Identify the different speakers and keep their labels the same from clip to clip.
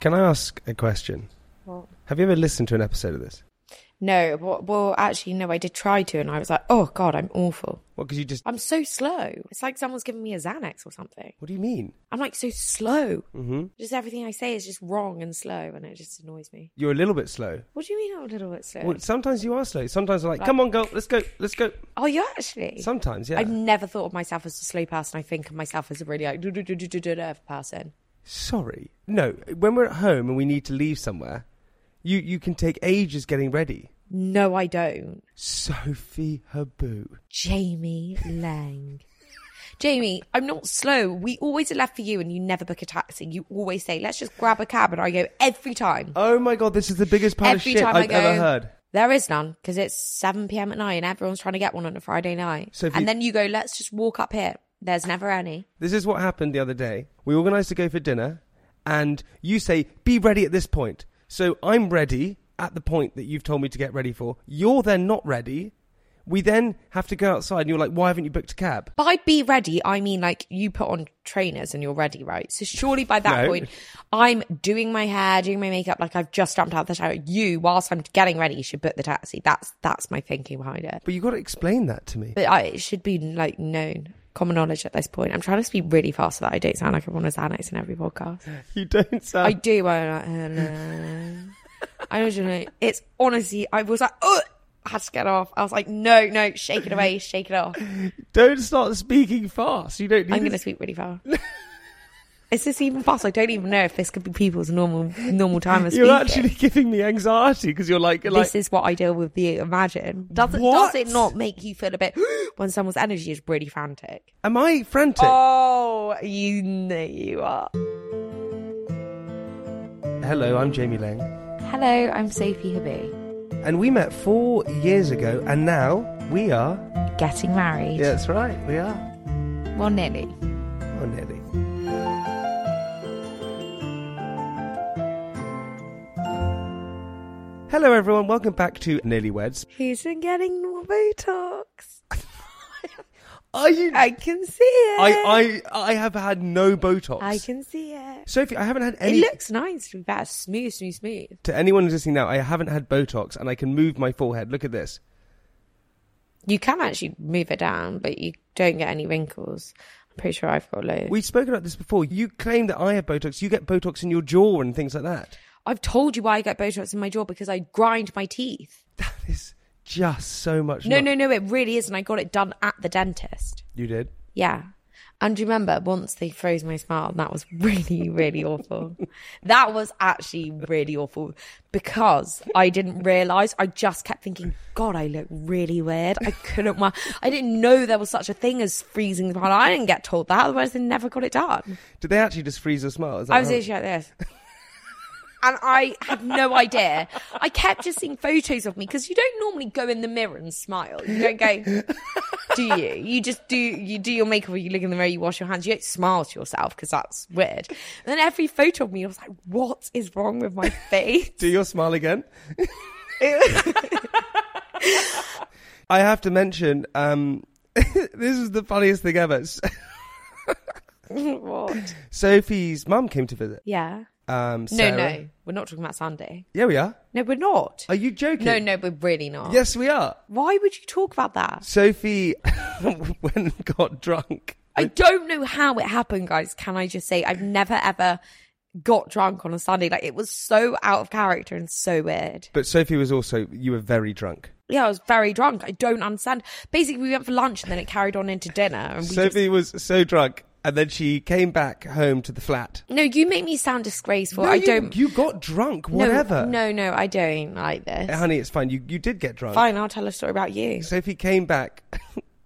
Speaker 1: Can I ask a question?
Speaker 2: What?
Speaker 1: Have you ever listened to an episode of this?
Speaker 2: No, well, well, actually, no, I did try to, and I was like, oh, God, I'm awful.
Speaker 1: What? Because you just.
Speaker 2: I'm so slow. It's like someone's giving me a Xanax or something.
Speaker 1: What do you mean?
Speaker 2: I'm like so slow.
Speaker 1: Mm-hmm.
Speaker 2: Just everything I say is just wrong and slow, and it just annoys me.
Speaker 1: You're a little bit slow.
Speaker 2: What do you mean I'm a little bit slow?
Speaker 1: Well, sometimes you are slow. Sometimes I'm like,
Speaker 2: Like-
Speaker 1: come on, girl, let's go, let's go.
Speaker 2: Are you actually?
Speaker 1: Sometimes, yeah.
Speaker 2: I've never thought of myself as a slow person. I think of myself as a really like do do do do do do do person.
Speaker 1: Sorry. No, when we're at home and we need to leave somewhere, you, you can take ages getting ready.
Speaker 2: No, I don't.
Speaker 1: Sophie Haboo.
Speaker 2: Jamie Lang. Jamie, I'm not slow. We always are left for you, and you never book a taxi. You always say, "Let's just grab a cab," and I go every time.
Speaker 1: Oh my god, this is the biggest pile of
Speaker 2: Every
Speaker 1: shit
Speaker 2: time I
Speaker 1: I've
Speaker 2: go-
Speaker 1: ever heard.
Speaker 2: There is none because it's 7 p.m. at night and everyone's trying to get one on a Friday night.
Speaker 1: So if
Speaker 2: and
Speaker 1: you-
Speaker 2: then you go, let's just walk up here. There's never any.
Speaker 1: This is what happened the other day. We organised to go for dinner, and you say, be ready at this point. So I'm ready at the point that you've told me to get ready for. You're then not ready. We then have to go outside, and you're like, why haven't you booked a cab?
Speaker 2: By be ready, I mean like you put on trainers and you're ready, right? So surely by that
Speaker 1: No.
Speaker 2: point, I'm doing my hair, doing my makeup, like I've just jumped out of the shower. You, whilst I'm getting ready, should book the taxi. That's that's my thinking behind it.
Speaker 1: But you've got to explain that to me.
Speaker 2: But I, it should be like known, common knowledge at this point. I'm trying to speak really fast so that I don't sound like everyone was Xanax in every podcast.
Speaker 1: You don't sound.
Speaker 2: I do. I'm like, hello. I don't know. It's honestly, I was like, oh, I had to get off. I was like, no, no, shake it away, shake it off.
Speaker 1: Don't start speaking fast. You don't need
Speaker 2: I'm going to
Speaker 1: this-
Speaker 2: speak really fast. Is this even fast? I don't even know if this could be people's normal normal time of speaking.
Speaker 1: You're actually giving me anxiety because you're like, you're like
Speaker 2: this is what I deal with. The imagine does it
Speaker 1: What?
Speaker 2: does it not make you feel a bit when someone's energy is really frantic?
Speaker 1: am I frantic?
Speaker 2: Oh, you know you are.
Speaker 1: Hello, I'm Jamie Lang.
Speaker 2: Hello, I'm Sophie Habee.
Speaker 1: And we met four years ago, and now we are.
Speaker 2: Getting married.
Speaker 1: Yeah, that's right, we are.
Speaker 2: Well, nearly.
Speaker 1: Oh, nearly. Hello, everyone. Welcome back to Nearly Weds.
Speaker 2: He's been getting more Botox.
Speaker 1: Are you? I,
Speaker 2: I can see it.
Speaker 1: I, I have had no Botox.
Speaker 2: I can see it.
Speaker 1: Sophie, I haven't had
Speaker 2: It
Speaker 1: any.
Speaker 2: looks nice to be fair. Smooth, smooth, smooth.
Speaker 1: to anyone who's listening now, I haven't had Botox, and I can move my forehead. Look at this.
Speaker 2: You can actually move it down, but you don't get any wrinkles. I'm pretty sure I've got loads.
Speaker 1: We've spoken about this before. You claim that I have Botox. You get Botox in your jaw and things like that.
Speaker 2: I've told you why I get Botox in my jaw because I grind my teeth.
Speaker 1: That is just so much.
Speaker 2: No,
Speaker 1: not-
Speaker 2: no, no, it really is. And I got it done at the dentist.
Speaker 1: You did.
Speaker 2: Yeah. And do you remember once they froze my smile? and That was really, really awful. That was actually really awful because I didn't realize. I just kept thinking, God, I look really weird. I couldn't, wa- I didn't know there was such a thing as freezing the smile. I didn't get told that. Otherwise, they never got it done.
Speaker 1: Did they actually just freeze your smile? Is that
Speaker 2: I was
Speaker 1: how-
Speaker 2: literally like this. And I had no idea. I kept just seeing photos of me because you don't normally go in the mirror and smile. You don't go, do you? You just do. You do your makeup, or you look in the mirror, you wash your hands. You don't smile to yourself because that's weird. And then every photo of me, I was like, what is wrong with my face?
Speaker 1: Do your smile again. I have to mention, um, this is the funniest thing ever. S-
Speaker 2: what?
Speaker 1: Sophie's mum came to visit.
Speaker 2: Yeah.
Speaker 1: Um,
Speaker 2: No,
Speaker 1: Sarah.
Speaker 2: no, we're not talking about Sunday.
Speaker 1: Yeah, we are.
Speaker 2: No, we're not.
Speaker 1: Are you joking?
Speaker 2: No, no, we're really not.
Speaker 1: Yes, we are.
Speaker 2: Why would you talk about that?
Speaker 1: Sophie went and got drunk.
Speaker 2: I don't know how it happened, guys. Can I just say I've never ever got drunk on a Sunday. Like it was so out of character and so weird.
Speaker 1: But Sophie was also, you were very drunk.
Speaker 2: Yeah, I was very drunk. I don't understand. Basically, we went for lunch and then it carried on into dinner. And we just-
Speaker 1: Sophie was so drunk. And then she came back home to the flat.
Speaker 2: no, you make me sound disgraceful.
Speaker 1: No,
Speaker 2: I
Speaker 1: you-
Speaker 2: don't.
Speaker 1: You got drunk,
Speaker 2: no,
Speaker 1: whatever.
Speaker 2: No, no, I don't like this.
Speaker 1: Honey, it's fine. You, you did get drunk.
Speaker 2: Fine, I'll tell a story about you.
Speaker 1: Sophie came back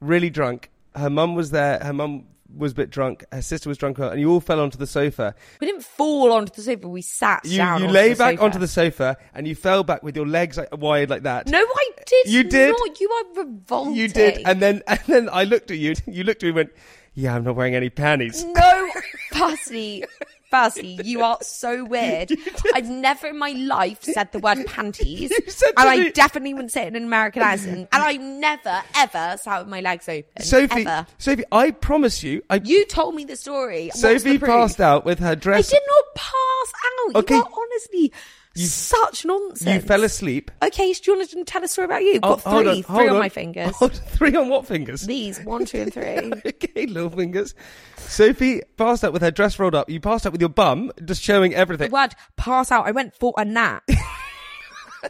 Speaker 1: really drunk. Her mum was there. Her mum was a bit drunk. Her sister was drunk, and you all fell onto the sofa.
Speaker 2: We didn't fall onto the sofa. We sat
Speaker 1: You,
Speaker 2: down.
Speaker 1: you
Speaker 2: onto
Speaker 1: lay
Speaker 2: the
Speaker 1: back
Speaker 2: sofa.
Speaker 1: onto the sofa, and you fell back with your legs like, wide like that.
Speaker 2: No, I did.
Speaker 1: You did.
Speaker 2: Not. You are revolting.
Speaker 1: you did, and then and then I looked at you. You looked at me and went, "Yeah, I'm not wearing any panties."
Speaker 2: No, Percy, Percy, you are so weird. I've never in my life said the word panties,
Speaker 1: You said
Speaker 2: and
Speaker 1: to
Speaker 2: I
Speaker 1: me-
Speaker 2: definitely wouldn't say it in an American accent. And I never, ever sat with my legs open.
Speaker 1: Sophie,
Speaker 2: ever.
Speaker 1: Sophie, I promise you, I
Speaker 2: you told me the story. What's
Speaker 1: Sophie
Speaker 2: the proof?
Speaker 1: passed out with her
Speaker 2: I
Speaker 1: dress.
Speaker 2: did not pass out.
Speaker 1: Okay.
Speaker 2: You are honestly such nonsense.
Speaker 1: You fell asleep.
Speaker 2: Okay, so do you want to tell a story about you? You've got
Speaker 1: Oh, hold
Speaker 2: three,
Speaker 1: on,
Speaker 2: three
Speaker 1: hold
Speaker 2: on, my
Speaker 1: on.
Speaker 2: fingers.
Speaker 1: Hold- three on what fingers?
Speaker 2: These one, two, and three.
Speaker 1: okay, little fingers. Sophie passed out with her dress rolled up. You passed out with your bum, just showing
Speaker 2: the
Speaker 1: everything.
Speaker 2: word pass out. I went for a nap.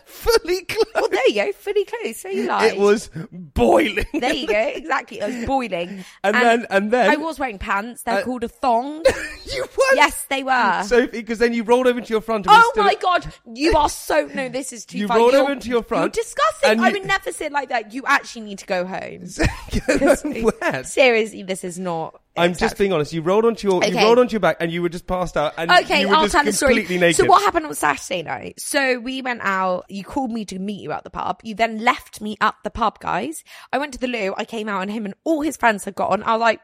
Speaker 1: Fully
Speaker 2: well,
Speaker 1: clothed.
Speaker 2: there you go. Fully clothed. So you lied.
Speaker 1: It was boiling.
Speaker 2: There you go. Exactly. It was boiling.
Speaker 1: And then- and then-
Speaker 2: I was wearing pants. They're
Speaker 1: Uh,
Speaker 2: called a thong.
Speaker 1: you were.
Speaker 2: yes, they were.
Speaker 1: Sophie, because then you rolled over to your front. And
Speaker 2: Oh
Speaker 1: stood
Speaker 2: my
Speaker 1: up.
Speaker 2: god, you are so no. This is too.
Speaker 1: You
Speaker 2: far.
Speaker 1: rolled
Speaker 2: You're-
Speaker 1: over into your front
Speaker 2: You're disgusting.
Speaker 1: and
Speaker 2: I
Speaker 1: you-
Speaker 2: would never sit like that. You actually need to go home.
Speaker 1: I'm wet.
Speaker 2: Seriously, this is not.
Speaker 1: I'm just being honest. You rolled onto your you
Speaker 2: Okay.
Speaker 1: rolled onto your back, and you were just passed out. And
Speaker 2: Okay,
Speaker 1: you were
Speaker 2: I'll
Speaker 1: just
Speaker 2: tell the story.
Speaker 1: completely naked.
Speaker 2: So what happened on Saturday night? So we went out. You called me to meet you at the pub. You then left me at the pub, guys. I went to the loo. I came out, and him and all his friends had got on. I was like,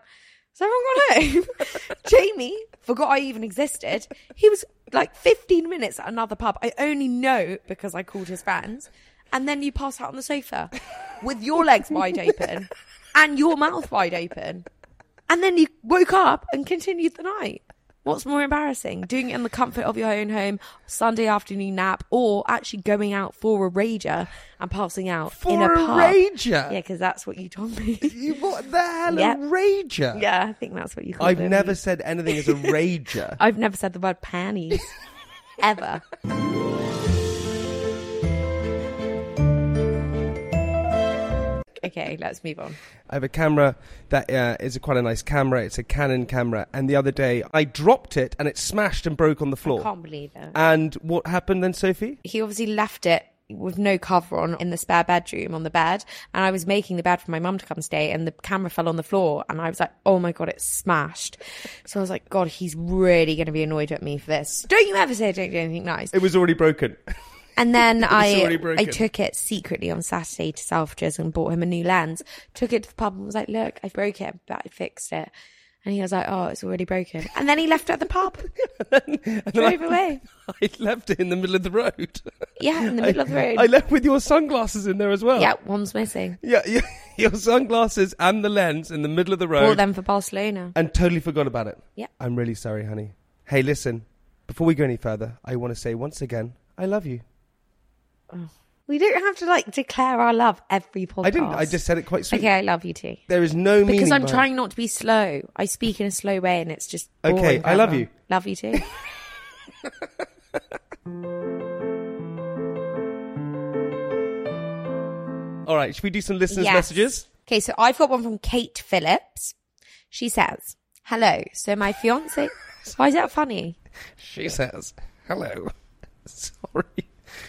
Speaker 2: "Has everyone gone home?" Jamie forgot I even existed. He was like 15 minutes at another pub. I only know because I called his friends. And then you pass out on the sofa with your legs wide open and your mouth wide open. And then you woke up and continued the night. What's more embarrassing? Doing it in the comfort of your own home, Sunday afternoon nap, or actually going out for a rager and passing out in
Speaker 1: For
Speaker 2: a
Speaker 1: a
Speaker 2: pub.
Speaker 1: rager?
Speaker 2: Yeah, because that's what you told me.
Speaker 1: You, what the hell?
Speaker 2: Yeah.
Speaker 1: A rager.
Speaker 2: yeah, I think that's what you called
Speaker 1: I've
Speaker 2: it.
Speaker 1: never said anything as a rager.
Speaker 2: I've never said the word panties ever. okay, let's move on.
Speaker 1: I have a camera that uh, is a quite a nice camera. It's a Canon camera, and the other day I dropped it and it smashed and broke on the floor.
Speaker 2: Can't believe it.
Speaker 1: And what happened then, Sophie?
Speaker 2: he obviously left it with no cover on in the spare bedroom on the bed and I was making the bed for my mum to come stay and the camera fell on the floor and I was like oh my god it's smashed so I was like god he's really going to be annoyed at me for this don't you ever say I don't do anything nice
Speaker 1: It was already broken.
Speaker 2: and then
Speaker 1: already
Speaker 2: I I
Speaker 1: broken.
Speaker 2: took it secretly on Saturday to Selfridges and bought him a new lens took it to the pub and was like look I broke it but I fixed it and he was like oh it's already broken and then he left it at the pub drove away
Speaker 1: I left it in the middle of the road.
Speaker 2: yeah in the middle of the road
Speaker 1: I left with your sunglasses in there as well.
Speaker 2: yeah one's missing
Speaker 1: Yeah, yeah. Your sunglasses and the lens in the middle of the
Speaker 2: bought
Speaker 1: road.
Speaker 2: them for Barcelona
Speaker 1: and totally forgot about it.
Speaker 2: Yeah.
Speaker 1: I'm really sorry, honey. Hey, listen, before we go any further, I want to say once again, I love you.
Speaker 2: We don't have to like declare our love every podcast.
Speaker 1: I didn't. I just said it quite sweet.
Speaker 2: okay. I love you too
Speaker 1: There is no meaning.
Speaker 2: because I'm
Speaker 1: behind-
Speaker 2: trying not to be slow. I speak in a slow way, and it's just
Speaker 1: Okay,
Speaker 2: boring
Speaker 1: I love
Speaker 2: forever.
Speaker 1: you.
Speaker 2: Love you too.
Speaker 1: All right, should we do some listeners'
Speaker 2: Yes.
Speaker 1: messages?
Speaker 2: Okay, so I've got one from Kate Phillips. She says, "Hello. So my fiance. Why is that funny?
Speaker 1: She says, "Hello." Sorry.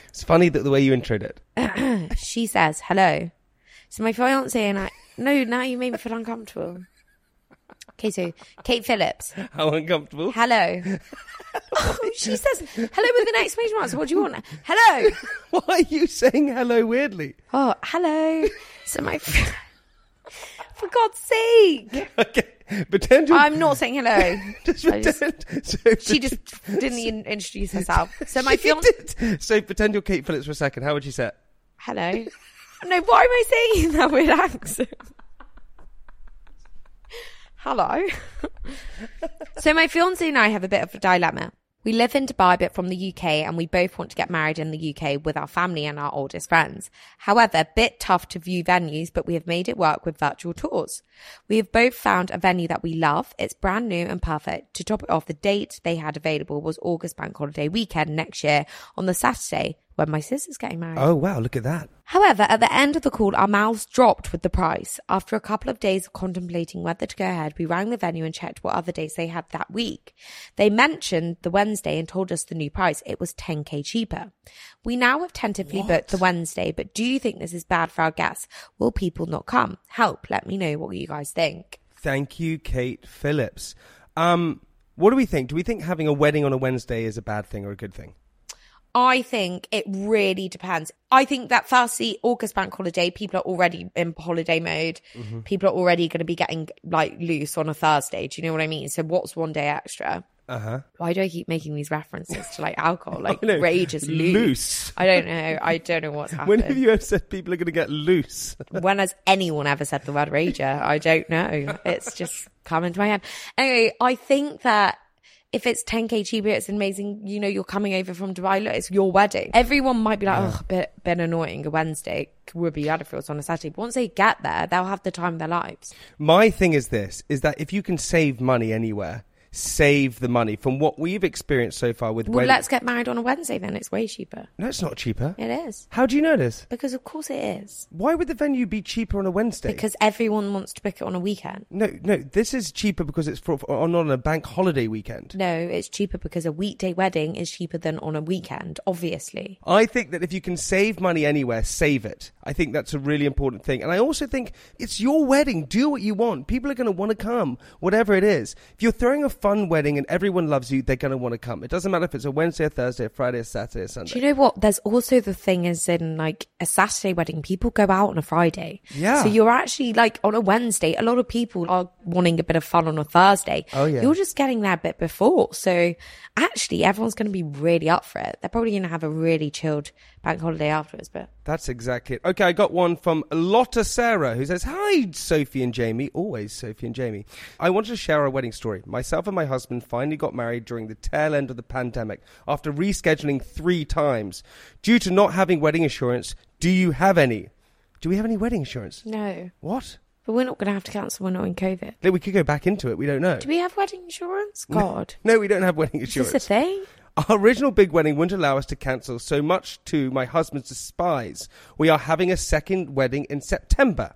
Speaker 1: It's funny that the way you introed it.
Speaker 2: She says, "Hello." So my fiance and I. No, now you made me feel uncomfortable. Okay, so Kate Phillips.
Speaker 1: How uncomfortable.
Speaker 2: Hello. Oh, she says hello with an exclamation mark. So what do you want? Hello.
Speaker 1: Why are you saying hello weirdly?
Speaker 2: Oh, hello. So my. For God's sake.
Speaker 1: Okay, pretend you're.
Speaker 2: I'm not saying hello.
Speaker 1: just
Speaker 2: I just-
Speaker 1: pretend. so
Speaker 2: She just didn't even introduce herself. So my
Speaker 1: She
Speaker 2: fiance.
Speaker 1: did. So pretend you're Kate Phillips for a second. How would you say it?
Speaker 2: Hello. No, why am I saying it in that weird accent? Hello. so my fiance and I have a bit of a dilemma. We live in Dubai but from the UK and we both want to get married in the UK with our family and our oldest friends. However, bit tough to view venues, but we have made it work with virtual tours. We have both found a venue that we love. It's brand new and perfect. To top it off, the date they had available was August bank holiday weekend next year on the Saturday when my sister's getting married.
Speaker 1: Oh wow! Look at that.
Speaker 2: However, at the end of the call, our mouths dropped with the price. After a couple of days of contemplating whether to go ahead, we rang the venue and checked what other days they had that week. They mentioned the Wednesday and told us the new price. It was 10k cheaper. We now have tentatively booked the Wednesday, but do you think this is bad for our guests? Will people not come? Help, let me know what you guys think.
Speaker 1: Thank you, Kate Phillips. Um, what do we think? Do we think having a wedding on a Wednesday is a bad thing or a good thing?
Speaker 2: I think it really depends. I think that firstly, August bank holiday, people are already in holiday mode.
Speaker 1: Mm-hmm.
Speaker 2: People are already going to be getting like loose on a Thursday. Do you know what I mean? So what's one day extra?
Speaker 1: Uh huh.
Speaker 2: Why do I keep making these references to like alcohol? Like
Speaker 1: know.
Speaker 2: rage is loose.
Speaker 1: Loose.
Speaker 2: I don't know. I don't know what's happened.
Speaker 1: When have you ever said people are going to get loose?
Speaker 2: when has anyone ever said the word rager? I don't know. It's just come into my head. Anyway, I think that if it's 10k cheaper, it's amazing. You know, you're coming over from Dubai. Look, it's your wedding. Everyone might be like, oh, bit, been annoying a Wednesday. Would be bad if it was on a Saturday. But once they get there, they'll have the time of their lives.
Speaker 1: My thing is this: is that if you can save money anywhere, save the money. From what we've experienced so far with
Speaker 2: Well,
Speaker 1: wed-
Speaker 2: let's get married on a Wednesday then. It's way cheaper.
Speaker 1: no, it's not cheaper.
Speaker 2: It is.
Speaker 1: How do you know this?
Speaker 2: Because of course it is.
Speaker 1: Why would the venue be cheaper on a Wednesday?
Speaker 2: Because everyone wants to book it on a weekend.
Speaker 1: no, no, this is cheaper because it's for, for, on on a bank holiday weekend.
Speaker 2: No, it's cheaper because a weekday wedding is cheaper than on a weekend, obviously.
Speaker 1: I think that if you can save money anywhere, save it. I think that's a really important thing. And I also think it's your wedding. Do what you want. People are going to want to come, whatever it is. If you're throwing a fun wedding and everyone loves you, they're going to want to come. It doesn't matter if it's a Wednesday, a Thursday, a Friday, a Saturday, a Sunday.
Speaker 2: Do you know what? There's also the thing is in like a Saturday wedding, people go out on a Friday.
Speaker 1: Yeah.
Speaker 2: So you're actually like on a Wednesday, a lot of people are wanting a bit of fun on a Thursday.
Speaker 1: Oh, yeah.
Speaker 2: You're just getting there a bit before. So actually everyone's going to be really up for it. They're probably going to have a really chilled bank holiday afterwards, but
Speaker 1: That's exactly it. Okay, I got one from Lotta Sarah who says, Hi, Sophie and Jamie. Always Sophie and Jamie. I wanted to share our wedding story. Myself and my husband finally got married during the tail end of the pandemic after rescheduling three times due to not having wedding insurance. Do you have any? Do we have any wedding insurance?
Speaker 2: no,
Speaker 1: What?
Speaker 2: but we're not going to have to cancel. We're not in COVID.
Speaker 1: No, we could go back into it. We don't know.
Speaker 2: Do we have wedding insurance? God.
Speaker 1: No, we don't have wedding
Speaker 2: Is
Speaker 1: insurance.
Speaker 2: this a thing?
Speaker 1: Our original big wedding wouldn't allow us to cancel, so much to my husband's despise. We are having a second wedding in September.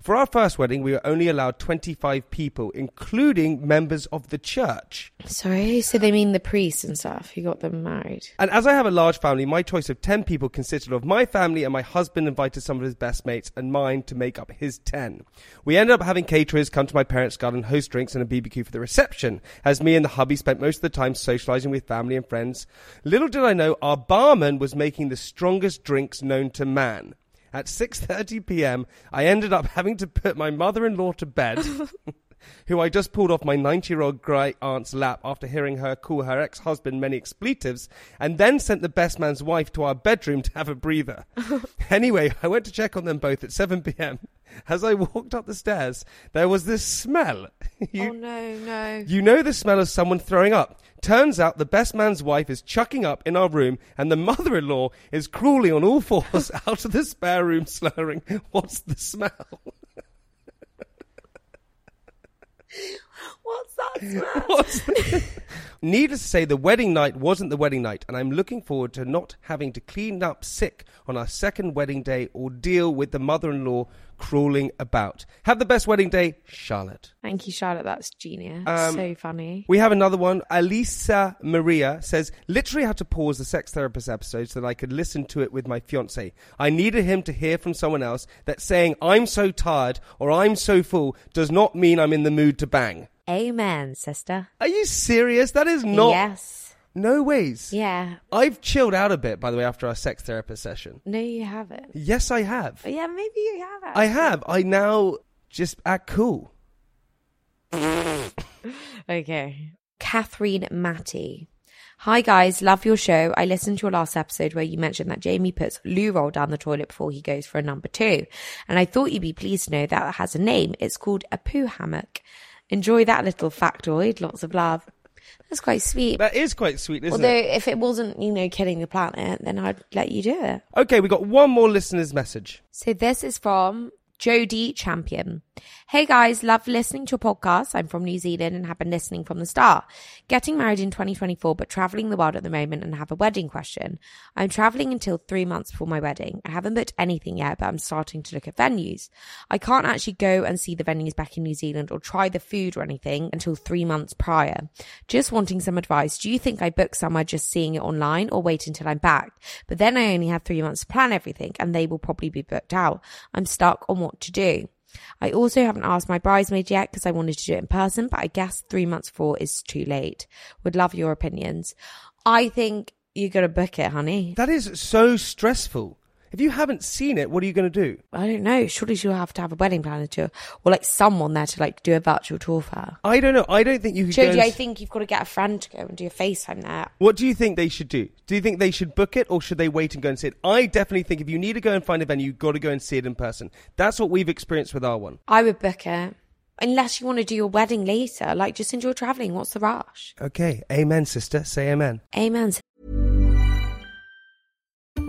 Speaker 1: For our first wedding, we were only allowed 25 people, including members of the church.
Speaker 2: Sorry. So they mean the priests and stuff who got them married.
Speaker 1: And as I have a large family, my choice of 10 people consisted of my family and my husband invited some of his best mates and mine to make up his 10. We ended up having caterers come to my parents' garden, host drinks and a BBQ for the reception, as me and the hubby spent most of the time socializing with family and friends. Little did I know our barman was making the strongest drinks known to man. At 6:30 p.m., I ended up having to put my mother-in-law to bed. Who I just pulled off my 90 year old grey aunt's lap after hearing her call her ex husband many expletives, and then sent the best man's wife to our bedroom to have a breather. anyway, I went to check on them both at 7 pm. As I walked up the stairs, there was this smell. You
Speaker 2: oh no, no.
Speaker 1: you know the smell of someone throwing up. Turns out the best man's wife is chucking up in our room, and the mother in law is crawling on all fours out of the spare room, slurring, What's the smell?
Speaker 2: What's that smell?
Speaker 1: What's the-" Needless to say, the wedding night wasn't the wedding night, and I'm looking forward to not having to clean up sick on our second wedding day or deal with the mother in law crawling about. Have the best wedding day, Charlotte.
Speaker 2: Thank you, Charlotte. That's genius.
Speaker 1: Um,
Speaker 2: so funny.
Speaker 1: We have another one. Alisa Maria says, literally had to pause the sex therapist episode so that I could listen to it with my fiance. I needed him to hear from someone else that saying I'm so tired or I'm so full does not mean I'm in the mood to bang.
Speaker 2: Amen, sister.
Speaker 1: Are you serious? That is not.
Speaker 2: Yes.
Speaker 1: No ways.
Speaker 2: Yeah.
Speaker 1: I've chilled out a bit, by the way, after our sex therapist session.
Speaker 2: No, you haven't.
Speaker 1: Yes, I have.
Speaker 2: Oh, Yeah, maybe you have.
Speaker 1: I have. I now just act cool.
Speaker 2: Okay. Catherine Matty. Hi guys, love your show. I listened to your last episode where you mentioned that Jamie puts loo roll down the toilet before he goes for a number two. And I thought you'd be pleased to know that it has a name. It's called a poo hammock. Enjoy that little factoid. Lots of love. That's quite sweet.
Speaker 1: That is quite sweet, isn't
Speaker 2: Although
Speaker 1: it?
Speaker 2: if it wasn't, you know, killing the planet, then I'd let you do it.
Speaker 1: Okay, we got one more listener's message.
Speaker 2: So this is from Jodie Champion. Hey guys, love listening to your podcast. I'm from New Zealand and have been listening from the start. Getting married in 2024, but traveling the world at the moment and have a wedding question. I'm traveling until three months before my wedding. I haven't booked anything yet, but I'm starting to look at venues. I can't actually go and see the venues back in New Zealand or try the food or anything until three months prior. Just wanting some advice. Do you think I book somewhere just seeing it online or wait until I'm back? But then I only have three months to plan everything and they will probably be booked out. I'm stuck on what to do. I also haven't asked my bridesmaids yet because I wanted to do it in person, but I guess three months before is too late. Would love your opinions. I think you got to book it, honey.
Speaker 1: That is so stressful. If you haven't seen it, what are you going to do?
Speaker 2: I don't know. Surely she'll have to have a wedding planner to, or like someone there to like do a virtual tour for her.
Speaker 1: I don't know. I don't think you could. go
Speaker 2: Jodie,
Speaker 1: and
Speaker 2: I
Speaker 1: s-
Speaker 2: think you've got to get a friend to go and do a FaceTime there.
Speaker 1: What do you think they should do? Do you think they should book it or should they wait and go and see it? I definitely think if you need to go and find a venue, you've got to go and see it in person. That's what we've experienced with our one.
Speaker 2: I would book it. Unless you want to do your wedding later, like just enjoy traveling. What's the rush?
Speaker 1: Okay. Amen, sister. Say amen.
Speaker 2: Amen.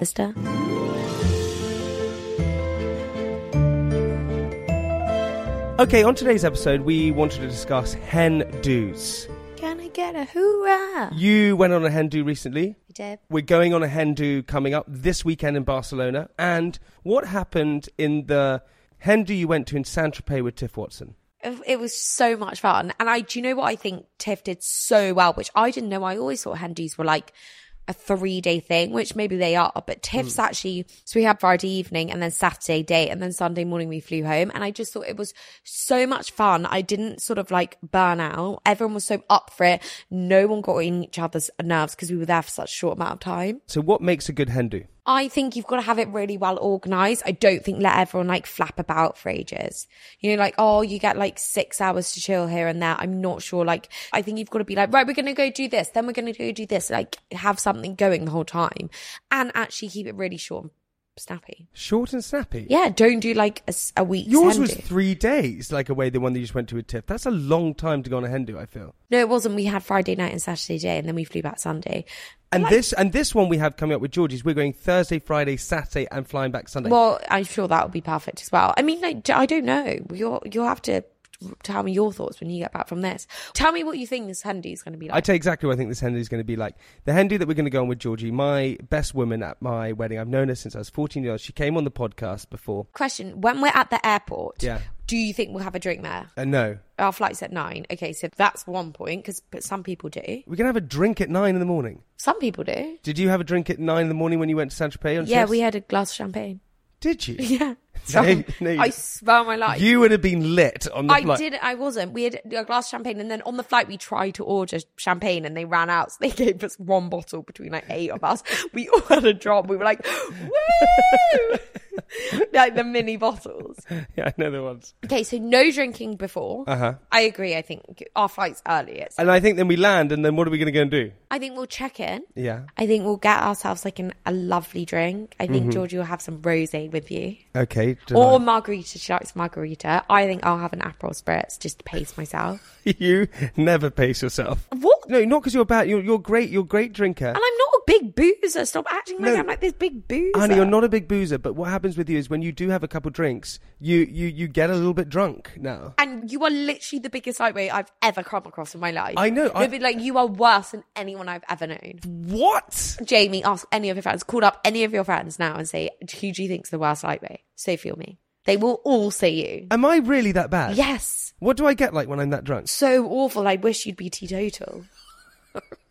Speaker 2: Sister.
Speaker 1: Okay, on today's episode, we wanted to discuss hen do's.
Speaker 2: Can I get a hoorah?
Speaker 1: You went on a hen do recently.
Speaker 2: I did.
Speaker 1: We're going on a hen do coming up this weekend in Barcelona. And what happened in the hen do you went to in San Tropez with Tiff Watson?
Speaker 2: It- It was so much fun. And I do you know what I think Tiff did so well, which I didn't know. I always thought Hendies were like a three day thing, which maybe they are, but Tiff's actually so we had Friday evening and then Saturday day and then Sunday morning we flew home and I just thought it was so much fun. I didn't sort of like burn out. Everyone was so up for it. No one got in each other's nerves because we were there for such a short amount of time.
Speaker 1: So, what makes a good hen do?
Speaker 2: I think you've got to have it really well organized. I don't think let everyone like flap about for ages. You know, like, oh, you get like six hours to chill here and there. I'm not sure. Like, I think you've got to be like, right, we're going to go do this. Then we're going to go do this. Like, have something going the whole time and actually keep it really short and snappy.
Speaker 1: Short and snappy.
Speaker 2: Yeah. Don't do like a, s- a week's
Speaker 1: Yours
Speaker 2: hen
Speaker 1: was
Speaker 2: do.
Speaker 1: three days, like away the one that you just went to with Tiff. That's a long time to go on a hen do, I feel.
Speaker 2: no, it wasn't. We had Friday night and Saturday day and then we flew back Sunday.
Speaker 1: And this and this one we have coming up with Georgie's. We're going Thursday, Friday, Saturday, and flying back Sunday.
Speaker 2: Well, I'm sure that would be perfect as well. I mean, like, I don't know. You'll you'll have to tell me your thoughts when you get back from this. Tell me what you think this handy is going to be
Speaker 1: I
Speaker 2: like.
Speaker 1: tell you exactly what I think this hen do is going to be like. The hen do that we're going to go on with Georgie, my best woman at my wedding. I've known her since I was 14 years old. She came on the podcast before.
Speaker 2: Question: When we're at the airport,
Speaker 1: Yeah.
Speaker 2: do you think we'll have a drink there?
Speaker 1: Uh, no.
Speaker 2: Our flight's at nine. Okay, so that's one point because but some people do.
Speaker 1: We're going to have a drink at nine in the morning.
Speaker 2: Some people do.
Speaker 1: Did you have a drink at nine in the morning when you went to Saint Tropez? on
Speaker 2: Yeah,
Speaker 1: Chess?
Speaker 2: we had a glass of champagne.
Speaker 1: Did you?
Speaker 2: Yeah.
Speaker 1: No,
Speaker 2: Some-
Speaker 1: no, you-
Speaker 2: I swear on my life.
Speaker 1: You would have been lit on the
Speaker 2: I
Speaker 1: flight.
Speaker 2: did. I wasn't. We had a glass of champagne, and then on the flight we tried to order champagne, and they ran out. So they gave us one bottle between like eight of us. We all had a drop. We were like, woo! like the mini bottles.
Speaker 1: Yeah, I know the ones.
Speaker 2: Okay, so no drinking before.
Speaker 1: Uh-huh.
Speaker 2: I agree. I think our flight's early. It's,
Speaker 1: And I think then we land, and then what are we going to go and do?
Speaker 2: I think we'll check in.
Speaker 1: Yeah.
Speaker 2: I think we'll get ourselves like an, a lovely drink. I
Speaker 1: Mm-hmm.
Speaker 2: think Georgie will have some rosé with you.
Speaker 1: Okay.
Speaker 2: Or
Speaker 1: done.
Speaker 2: margarita. She likes margarita. I think I'll have an Aperol Spritz just to pace myself.
Speaker 1: you never pace yourself.
Speaker 2: What
Speaker 1: No, not because you're bad. You're, you're great. You're a great drinker.
Speaker 2: And I'm not a big boozer. Stop acting like
Speaker 1: No.
Speaker 2: I'm like this big boozer.
Speaker 1: Honey, you're not a big boozer, but what happens with you is when you do have a couple drinks, you, you, you get a little bit drunk now.
Speaker 2: And you are literally the biggest lightweight I've ever come across in my life.
Speaker 1: I know, I-
Speaker 2: You'd be like, you are worse than anyone I've ever known.
Speaker 1: What?
Speaker 2: Jamie, ask any of your friends, call up any of your friends now and say, who do you think's the worst lightweight? Sophie or me? They will all say you.
Speaker 1: Am I really that bad?
Speaker 2: Yes.
Speaker 1: What do I get like when I'm that drunk?
Speaker 2: So awful. I wish you'd be teetotal.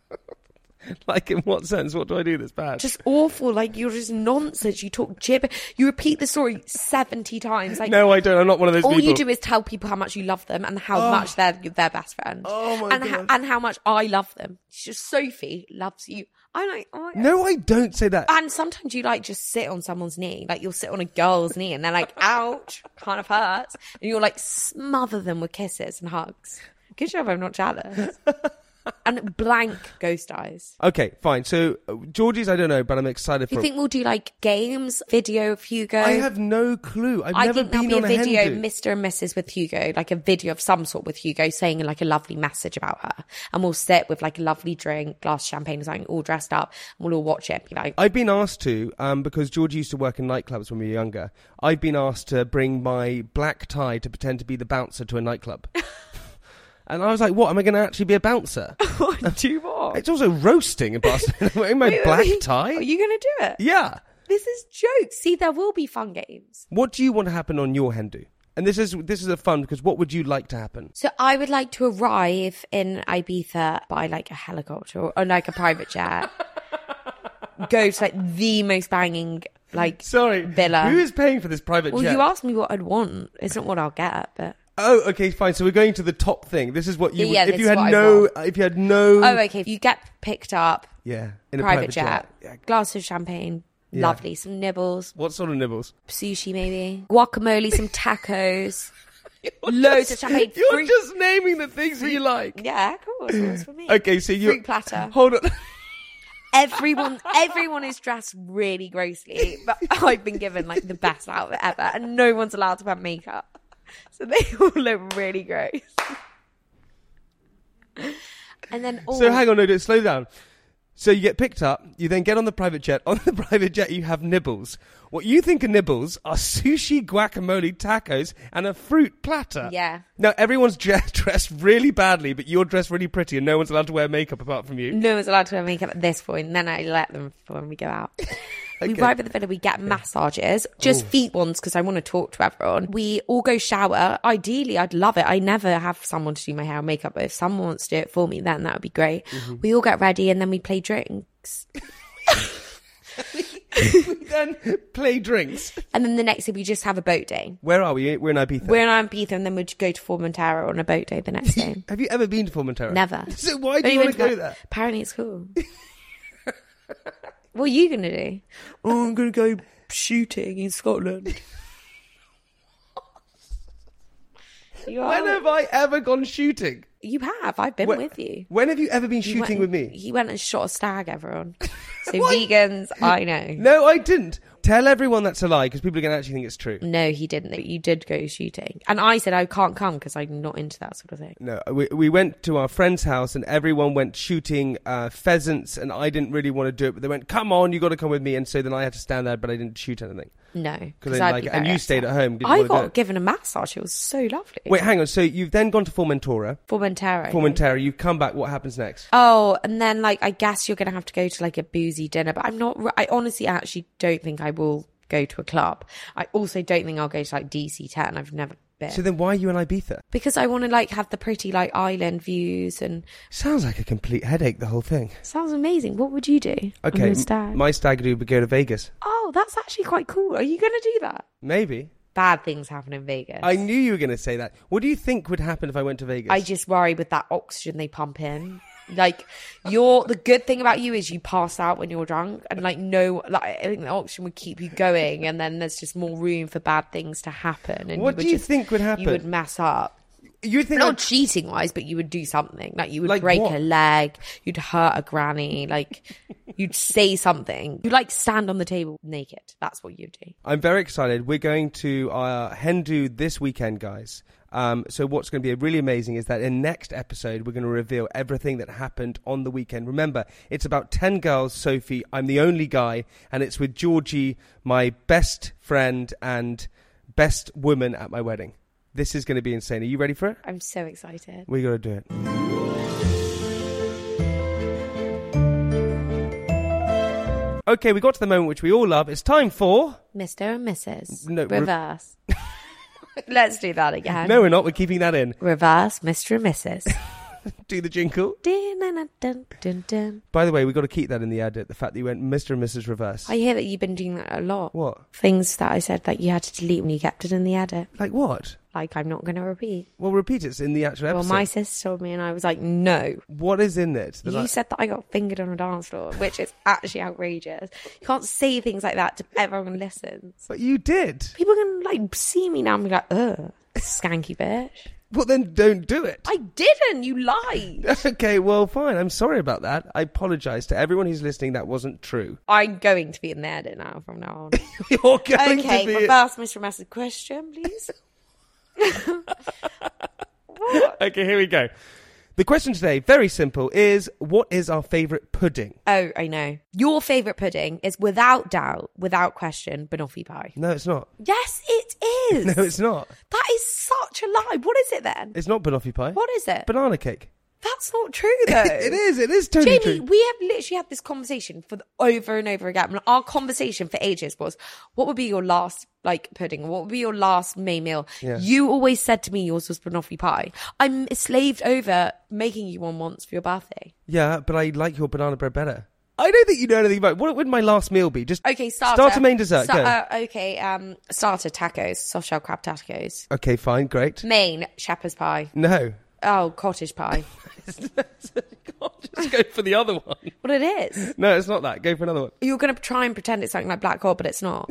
Speaker 1: like, in what sense? What do I do that's bad?
Speaker 2: Just awful. Like you're just nonsense. You talk gibber. You repeat the story seventy times. Like
Speaker 1: no, I don't. I'm not one of those
Speaker 2: all
Speaker 1: people. Ah.
Speaker 2: you do is tell people how much you love them and how much they're their best friend.
Speaker 1: Oh my
Speaker 2: and ho-
Speaker 1: God.
Speaker 2: and how much I love them. It's just Sophie loves you. I'm like, oh my God.
Speaker 1: no, I don't say that.
Speaker 2: And sometimes you like just sit on someone's knee, like you'll sit on a girl's knee, and they're like, "Ouch, kind of hurts," and you'll like smother them with kisses and hugs. Good job, I'm not jealous. and blank ghost eyes.
Speaker 1: Okay, fine. So uh, Georgie's, I don't know, but I'm excited for.
Speaker 2: Do you think we'll do like games, video of Hugo?
Speaker 1: I have no clue. I've
Speaker 2: I
Speaker 1: never
Speaker 2: think there'll
Speaker 1: been
Speaker 2: be a
Speaker 1: on a
Speaker 2: video,
Speaker 1: Hindu.
Speaker 2: Mr. and Mrs. with Hugo, like a video of some sort with Hugo saying like a lovely message about her. And we'll sit with like a lovely drink, glass of champagne or something, all dressed up, and we'll all watch it and be like,
Speaker 1: I've been asked to, um, because Georgie used to work in nightclubs when we were younger. I've been asked to bring my black tie to pretend to be the bouncer to a nightclub. and I was like, what? Am I going to actually be a bouncer?
Speaker 2: do what?
Speaker 1: it's also roasting a bastard wearing my
Speaker 2: Wait, wait,
Speaker 1: black
Speaker 2: wait.
Speaker 1: tie.
Speaker 2: Are you going to do it?
Speaker 1: yeah.
Speaker 2: This is jokes. See, there will be fun games.
Speaker 1: What do you want to happen on your Hindu? And this is this is a fun because what would you like to happen?
Speaker 2: So I would like to arrive in Ibiza by like a helicopter or, or like a private jet. Go to like the most banging like
Speaker 1: Sorry,
Speaker 2: villa.
Speaker 1: Who is paying for this private
Speaker 2: well,
Speaker 1: jet?
Speaker 2: you asked me what I'd want. It's not what I'll get, but
Speaker 1: Oh, okay, fine. So we're going to the top thing. This is what you. would-
Speaker 2: Yeah,
Speaker 1: if
Speaker 2: this
Speaker 1: you
Speaker 2: is what
Speaker 1: had
Speaker 2: I
Speaker 1: no,
Speaker 2: want.
Speaker 1: if you had no.
Speaker 2: oh, okay. If you get picked up,
Speaker 1: Yeah, in a
Speaker 2: private, jet,
Speaker 1: Yeah.
Speaker 2: glass of champagne, lovely, some nibbles,
Speaker 1: What sort of nibbles?
Speaker 2: sushi maybe, guacamole, some tacos, loads of champagne,
Speaker 1: You're
Speaker 2: fruit.
Speaker 1: just naming the things that you like.
Speaker 2: yeah, of course, that's for me.
Speaker 1: Okay, so you
Speaker 2: Fruit platter.
Speaker 1: Hold on.
Speaker 2: everyone everyone is dressed really grossly but i've been given like the best outfit ever and no one's allowed to wear makeup so they all look really gross and then all
Speaker 1: So hang on, no, no, slow down. So you get picked up, you then get on the private jet. On the private jet, you have nibbles. What you think are nibbles are sushi, guacamole, tacos, and a fruit platter.
Speaker 2: Yeah.
Speaker 1: Now everyone's dre- dressed really badly, but you're dressed really pretty, and no one's allowed to wear makeup apart from you.
Speaker 2: no one's allowed to wear makeup at this point and then i let them for when we go out We
Speaker 1: Okay.
Speaker 2: arrive at the villa, we get massages, just feet ones because I want to talk to everyone. We all go shower. Ideally, I'd love it. I never have someone to do my hair and makeup, but if someone wants to do it for me, then that would be great. We all get ready and then we play drinks. Mm.
Speaker 1: then play drinks.
Speaker 2: And then the next day, we just have a boat day.
Speaker 1: Where are we? We're in Ibiza.
Speaker 2: We're in Ibiza and then we'd go to Formentera on a boat day the next day.
Speaker 1: Have you ever been to Formentera?
Speaker 2: Never.
Speaker 1: So why do
Speaker 2: Don't
Speaker 1: you want to go
Speaker 2: even-
Speaker 1: there?
Speaker 2: Apparently it's cool. what are you going to do?
Speaker 1: Oh, I'm gonna go.
Speaker 2: Shooting in Scotland. you,
Speaker 1: When
Speaker 2: are,
Speaker 1: have I ever gone shooting?
Speaker 2: you have. I've been
Speaker 1: When-
Speaker 2: with you.
Speaker 1: When have you ever been
Speaker 2: He
Speaker 1: shooting with
Speaker 2: went-
Speaker 1: me?
Speaker 2: He went and shot a stag, everyone. So
Speaker 1: What?
Speaker 2: vegans, I know.
Speaker 1: No, I didn't. Tell everyone that's a lie because people are going to actually think it's true.
Speaker 2: No, he didn't. But you did go shooting. And I said, I can't come because I'm not into that sort of thing.
Speaker 1: No, we, we went to our friend's house and everyone went shooting uh, pheasants, and I didn't really want to do it, but they went, "Come on, you got to come with me." And so then I had to stand there, but I didn't shoot anything.
Speaker 2: No.
Speaker 1: 'Cause they
Speaker 2: I'd
Speaker 1: like
Speaker 2: be
Speaker 1: it. And
Speaker 2: very
Speaker 1: you stayed
Speaker 2: upset.
Speaker 1: at home, didn't
Speaker 2: I
Speaker 1: wanna do
Speaker 2: got
Speaker 1: it.
Speaker 2: given a massage. It was so lovely.
Speaker 1: Wait, hang on. So you've then gone to Formentora,
Speaker 2: Formentera.
Speaker 1: Formentera. You come back. What happens next?
Speaker 2: Oh, and then like I guess you're gonna have to go to like a boozy dinner, but I'm not. re- I honestly actually don't think I will go to a club. I also don't think I'll go to like DC Ten. I've never been
Speaker 1: So then, why are you in Ibiza?
Speaker 2: because I want to like have the pretty like island views and
Speaker 1: Sounds like a complete headache. The whole thing.
Speaker 2: sounds amazing. What would you do? on
Speaker 1: Okay,
Speaker 2: your stag?
Speaker 1: my stag do would go to Vegas.
Speaker 2: oh, that's actually quite cool. Are you gonna do that?
Speaker 1: Maybe.
Speaker 2: Bad things happen in Vegas.
Speaker 1: I knew you were going to say that. What do you think would happen if I went to Vegas?
Speaker 2: I just worry with that oxygen they pump in. Like you're the good thing about you is you pass out when you're drunk and like no like I think the oxygen would keep you going and then there's just more room for bad things to happen and
Speaker 1: What
Speaker 2: would
Speaker 1: do you
Speaker 2: just-
Speaker 1: think would happen?
Speaker 2: You would mess up.
Speaker 1: you think
Speaker 2: Not
Speaker 1: I'd-
Speaker 2: cheating wise, but you would do something. Like you would
Speaker 1: Like
Speaker 2: break
Speaker 1: what?
Speaker 2: a leg, you'd hurt a granny, like you'd say something. You'd like stand on the table naked. That's what you'd do.
Speaker 1: I'm very excited. We're going to uh, Hindu this weekend, guys. Um, so what's going to be really amazing is that in next episode we're going to reveal everything that happened on the weekend. Remember, it's about ten girls. Sophie, I'm the only guy, and it's with Georgie, my best friend and best woman at my wedding. This is going to be insane. Are you ready for it?
Speaker 2: I'm so excited.
Speaker 1: We got to do it. Okay, we got to the moment which we all love. It's time for.
Speaker 2: Mr. and Mrs.
Speaker 1: No, re-
Speaker 2: Reverse. Let's do that again.
Speaker 1: No, we're not. We're keeping that in.
Speaker 2: Reverse Mr. and Mrs.
Speaker 1: Do the jingle.
Speaker 2: Dun-dun-dun-dun-dun.
Speaker 1: By the way, we've got to keep that in the edit, the fact that you went Mr. and Mrs. Reverse.
Speaker 2: I hear that you've been doing that a lot.
Speaker 1: What?
Speaker 2: Things that I said that you had to delete when you kept it in the edit.
Speaker 1: Like what?
Speaker 2: Like, I'm not going to repeat.
Speaker 1: Well, repeat it. It's in the actual
Speaker 2: Well,
Speaker 1: episode.
Speaker 2: my sister told me, and I was like, no.
Speaker 1: What is in it? that
Speaker 2: You
Speaker 1: I-
Speaker 2: said that I got fingered on a dance floor, which is actually outrageous. You can't say things like that to everyone who listens.
Speaker 1: But you did.
Speaker 2: People can like see me now and be like, ugh, skanky bitch.
Speaker 1: Well, then don't do it.
Speaker 2: I didn't. You lied.
Speaker 1: okay, well, fine. I'm sorry about that. I apologise to everyone who's listening. That wasn't true.
Speaker 2: I'm going to be in there now from now on.
Speaker 1: You're going
Speaker 2: Okay,
Speaker 1: to
Speaker 2: my
Speaker 1: be.
Speaker 2: first Mr. Massive question, please.
Speaker 1: okay, here we go. The question today, very simple, is what is our favourite pudding?
Speaker 2: Oh, I know. Your favourite pudding is without doubt, without question, banoffee pie.
Speaker 1: No, it's not.
Speaker 2: Yes, it is.
Speaker 1: No, it's not.
Speaker 2: That is such a lie. What is it then?
Speaker 1: It's not banoffee pie.
Speaker 2: What is it?
Speaker 1: Banana cake.
Speaker 2: That's not true, though.
Speaker 1: it is. It is totally
Speaker 2: Jamie,
Speaker 1: true.
Speaker 2: we have literally had this conversation for the, over and over again. And Our conversation for ages was, what would be your last like pudding? What would be your last May meal?
Speaker 1: Yeah.
Speaker 2: You always said to me yours was banoffee pie. I'm slaved over making you one once for your birthday.
Speaker 1: Yeah, but I like your banana bread better. I don't think you know anything about What would my last meal be? Just
Speaker 2: Okay, starter.
Speaker 1: Starter main dessert.
Speaker 2: Sta-
Speaker 1: go.
Speaker 2: uh, okay, um, starter tacos, soft shell crab tacos.
Speaker 1: okay, fine, great.
Speaker 2: Main shepherd's pie.
Speaker 1: No.
Speaker 2: Oh, cottage pie.
Speaker 1: Just go for the other one.
Speaker 2: what it is?
Speaker 1: No, it's not that. Go for another one.
Speaker 2: You're gonna try and pretend it's something like black gold, but it's not.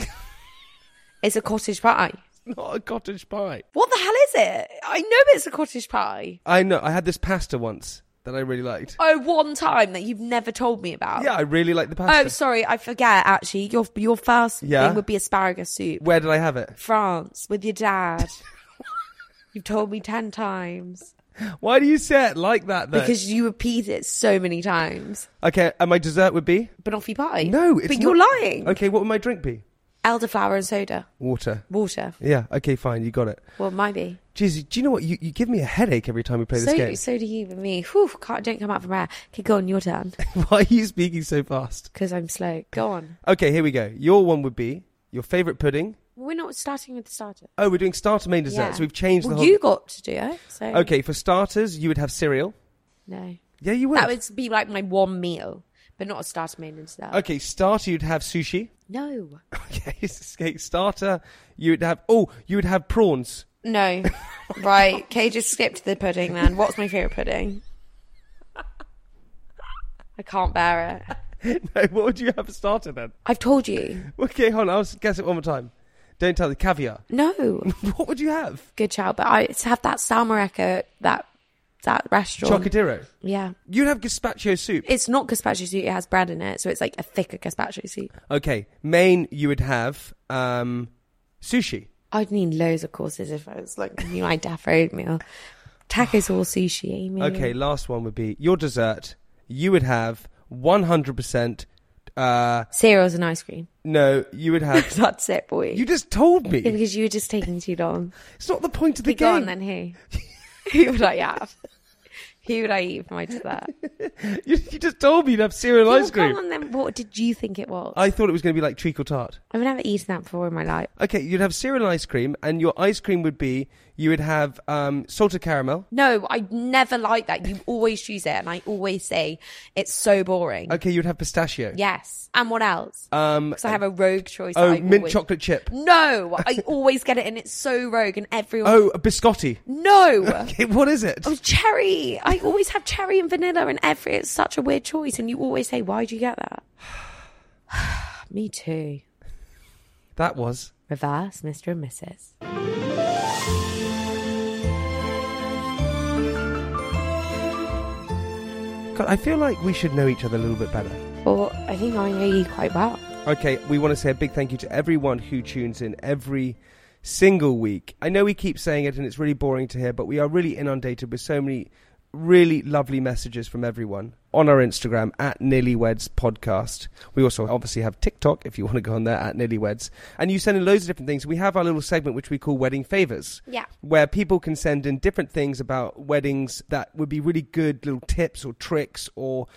Speaker 2: it's a cottage pie.
Speaker 1: Not a cottage pie.
Speaker 2: What the hell is it? I know it's a cottage pie.
Speaker 1: I know. I had this pasta once that I really liked.
Speaker 2: Oh, one time that you've never told me about.
Speaker 1: Yeah, I really liked the pasta.
Speaker 2: Oh, sorry, I forget. Actually, your your first
Speaker 1: Yeah.
Speaker 2: thing would be asparagus soup.
Speaker 1: Where did I have it?
Speaker 2: France with your dad. you've told me ten times
Speaker 1: Why do you say it like that though?
Speaker 2: because you repeat it so many times.
Speaker 1: okay, and my dessert would be
Speaker 2: Banoffee pie.
Speaker 1: no. It's
Speaker 2: but you're
Speaker 1: not-
Speaker 2: lying.
Speaker 1: Okay, what would my drink be?
Speaker 2: Elderflower and soda,
Speaker 1: Water.
Speaker 2: water.
Speaker 1: Yeah. Okay, fine. You got it.
Speaker 2: Well, it might be.
Speaker 1: Jeez, do you know what? You, you give me a headache every time we play this
Speaker 2: So,
Speaker 1: game.
Speaker 2: so do you and me. Whew, can't, don't come out from air. Okay, go on, your turn.
Speaker 1: Why are you speaking so fast?
Speaker 2: Because I'm slow. Go on.
Speaker 1: Okay, here we go. Your one would be your favorite pudding.
Speaker 2: We're not starting with the starter.
Speaker 1: Oh, we're doing starter main desserts.
Speaker 2: Yeah.
Speaker 1: we've changed
Speaker 2: well,
Speaker 1: the whole.
Speaker 2: you got to do it. So
Speaker 1: okay, for starters, you would have cereal.
Speaker 2: no,
Speaker 1: Yeah, you would.
Speaker 2: that would be like my one meal, but not a starter main and dessert.
Speaker 1: Okay, starter you'd have sushi.
Speaker 2: No,
Speaker 1: Okay, escape starter you would have. Oh, you would have prawns.
Speaker 2: no, right? Kay just skipped the pudding. Then what's my favorite pudding? I can't bear it.
Speaker 1: no, what would you have for starter then?
Speaker 2: I've told you.
Speaker 1: Okay, hold on. I'll guess it one more time. Don't tell the caviar.
Speaker 2: No,
Speaker 1: What would you have?
Speaker 2: good child. But I to have that salmoreco that that restaurant.
Speaker 1: Chocodero.
Speaker 2: Yeah,
Speaker 1: You'd have gazpacho soup.
Speaker 2: it's not gazpacho soup. It has bread in it, so it's like a thicker gazpacho soup.
Speaker 1: Okay, main you would have um, sushi.
Speaker 2: I'd need loads of courses if I was like you know, my deaf oatmeal. Tacos or sushi, Amy.
Speaker 1: Okay, last one would be your dessert. You would have 100%. Uh,
Speaker 2: Cereals and ice cream.
Speaker 1: no, you would have.
Speaker 2: That's it, boy.
Speaker 1: you just told
Speaker 2: Yeah,
Speaker 1: me.
Speaker 2: because you were just taking too long.
Speaker 1: It's not the point of the
Speaker 2: But go
Speaker 1: game.
Speaker 2: on then, who? who would I have? Who would I eat for my dessert?
Speaker 1: You, you just told me you'd have cereal
Speaker 2: Well,
Speaker 1: ice cream.
Speaker 2: Come on then, what did you think it was?
Speaker 1: I thought it was going to be like treacle tart.
Speaker 2: I've never eaten that before in my life.
Speaker 1: Okay, you'd have cereal ice cream, and your ice cream would be you would have um, salted caramel.
Speaker 2: No, I never like that. You always choose it, and I always say it's so boring.
Speaker 1: Okay, you'd have pistachio.
Speaker 2: Yes. And what else?
Speaker 1: Um,
Speaker 2: Because I have a rogue choice. that
Speaker 1: oh,
Speaker 2: I
Speaker 1: mint
Speaker 2: always-
Speaker 1: chocolate chip.
Speaker 2: No, I always get it, and it's so rogue, and everyone.
Speaker 1: Oh, a biscotti.
Speaker 2: No.
Speaker 1: Okay, what is it?
Speaker 2: Oh, cherry. I always have cherry and vanilla in every. It's such a weird choice. And you always say, why'd you get that? Me too.
Speaker 1: That was.
Speaker 2: Reverse, Mr. and Mrs.
Speaker 1: God, I feel like we should know each other a little bit better.
Speaker 2: Well, I think I know you quite well.
Speaker 1: Okay, we want to say a big thank you to everyone who tunes in every single week. I know we keep saying it and it's really boring to hear, but we are really inundated with so many really lovely messages from everyone. on our Instagram at Nearly Weds Podcast. We also obviously have TikTok if you want to go on there at Nearly Weds. And you send in loads of different things. We have our little segment which we call Wedding Favors.
Speaker 2: Yeah.
Speaker 1: Where people can send in different things about weddings that would be really good little tips or tricks or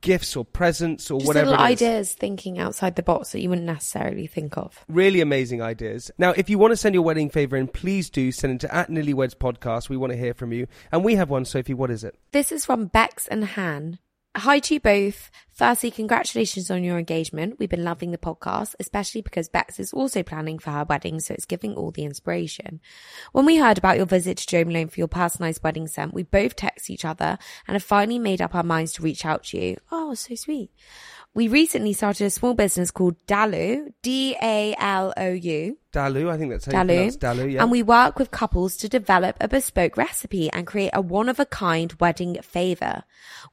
Speaker 1: gifts or presents or
Speaker 2: Just
Speaker 1: whatever.
Speaker 2: little
Speaker 1: it is.
Speaker 2: ideas thinking outside the box that you wouldn't necessarily think of.
Speaker 1: Really amazing ideas. Now, if you want to send your wedding favor in, please do send it to at Nilly Weds Podcast. We want to hear from you. And we have one, Sophie. What is it?
Speaker 2: This is from Bex and Han. Hi to you both. Firstly, congratulations on your engagement. We've been loving the podcast, especially because Bex is also planning for her wedding, so it's giving all the inspiration. When we heard about your visit to Jo Malone for your personalised wedding scent, we both text each other and have finally made up our minds to reach out to you. Oh, so sweet. We recently started a small business called Dalu, D A L O U.
Speaker 1: Dalu. I think that's how you
Speaker 2: Dalu.
Speaker 1: pronounce Dalu. Yeah.
Speaker 2: And we work with couples to develop a bespoke recipe and create a one of a kind wedding favor.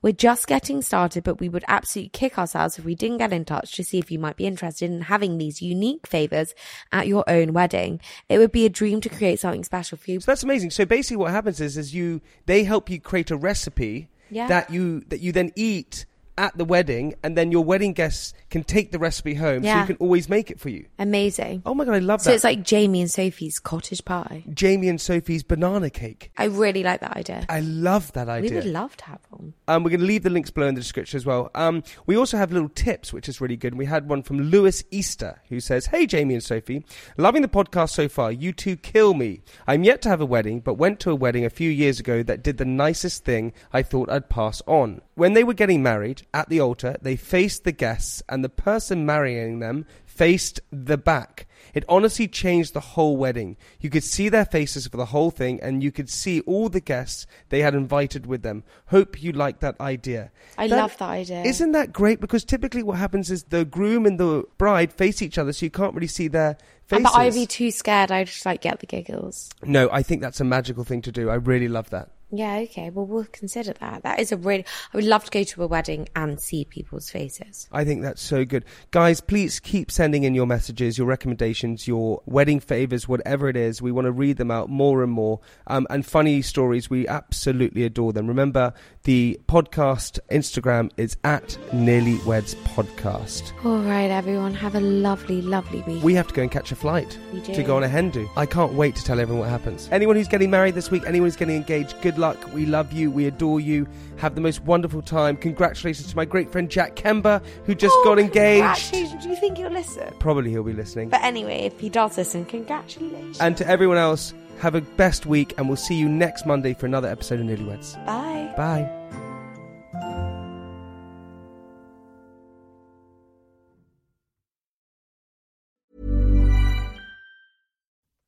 Speaker 2: We're just getting started, but we would absolutely kick ourselves if we didn't get in touch to see if you might be interested in having these unique favors at your own wedding. It would be a dream to create something special for you.
Speaker 1: So that's amazing. So basically, what happens is, is you they help you create a recipe
Speaker 2: Yeah.
Speaker 1: that you that you then eat at the wedding, and then your wedding guests can take the recipe home, so
Speaker 2: Yeah.
Speaker 1: you can always make it for you.
Speaker 2: Amazing.
Speaker 1: Oh my god, I love
Speaker 2: So
Speaker 1: that.
Speaker 2: it's like Jamie and Sophie's cottage pie.
Speaker 1: Jamie and Sophie's banana cake.
Speaker 2: I really like that idea.
Speaker 1: I love that idea.
Speaker 2: we would love to have one.
Speaker 1: Um, we're going to leave the links below in the description as well. Um, we also have little tips, which is really good. We had one from Lewis Easter, who says, Hey, Jamie and Sophie, loving the podcast so far. You two kill me. I'm yet to have a wedding, but went to a wedding a few years ago that did the nicest thing I thought I'd pass on. When they were getting married at the altar, they faced the guests, and the person marrying them faced the back. It honestly changed the whole wedding. You could see their faces for the whole thing, and you could see all the guests they had invited with them. Hope you like that idea.
Speaker 2: I love that idea.
Speaker 1: Isn't that great? Because typically, what happens is the groom and the bride face each other, so you can't really see their faces.
Speaker 2: But I'd be too scared. I'd just like get the giggles.
Speaker 1: no, I think that's a magical thing to do. I really love that.
Speaker 2: Yeah, okay. Well, we'll consider that. That is a really. I would love to go to a wedding and see people's faces.
Speaker 1: I think that's so good. Guys, please keep sending in your messages, your recommendations, your wedding favors, whatever it is. We want to read them out more and more. Um, and funny stories, we absolutely adore them. Remember, the podcast Instagram is at Nearly Weds Podcast.
Speaker 2: All right, everyone. Have a lovely, lovely week.
Speaker 1: We have to go and catch a flight
Speaker 2: We do.
Speaker 1: to go on a hen do. I can't wait to tell everyone what happens. Anyone who's getting married this week, anyone who's getting engaged, good luck. We love you. We adore you. Have the most wonderful time. Congratulations to my great friend Jack Kemba, who just
Speaker 2: Oh,
Speaker 1: got engaged.
Speaker 2: Congratulations. Do you think he'll listen?
Speaker 1: Probably he'll be listening.
Speaker 2: But anyway, if he does listen, congratulations.
Speaker 1: And to everyone else, have a best week, and we'll see you next Monday for another episode of Nearly Weds.
Speaker 2: Bye.
Speaker 1: Bye.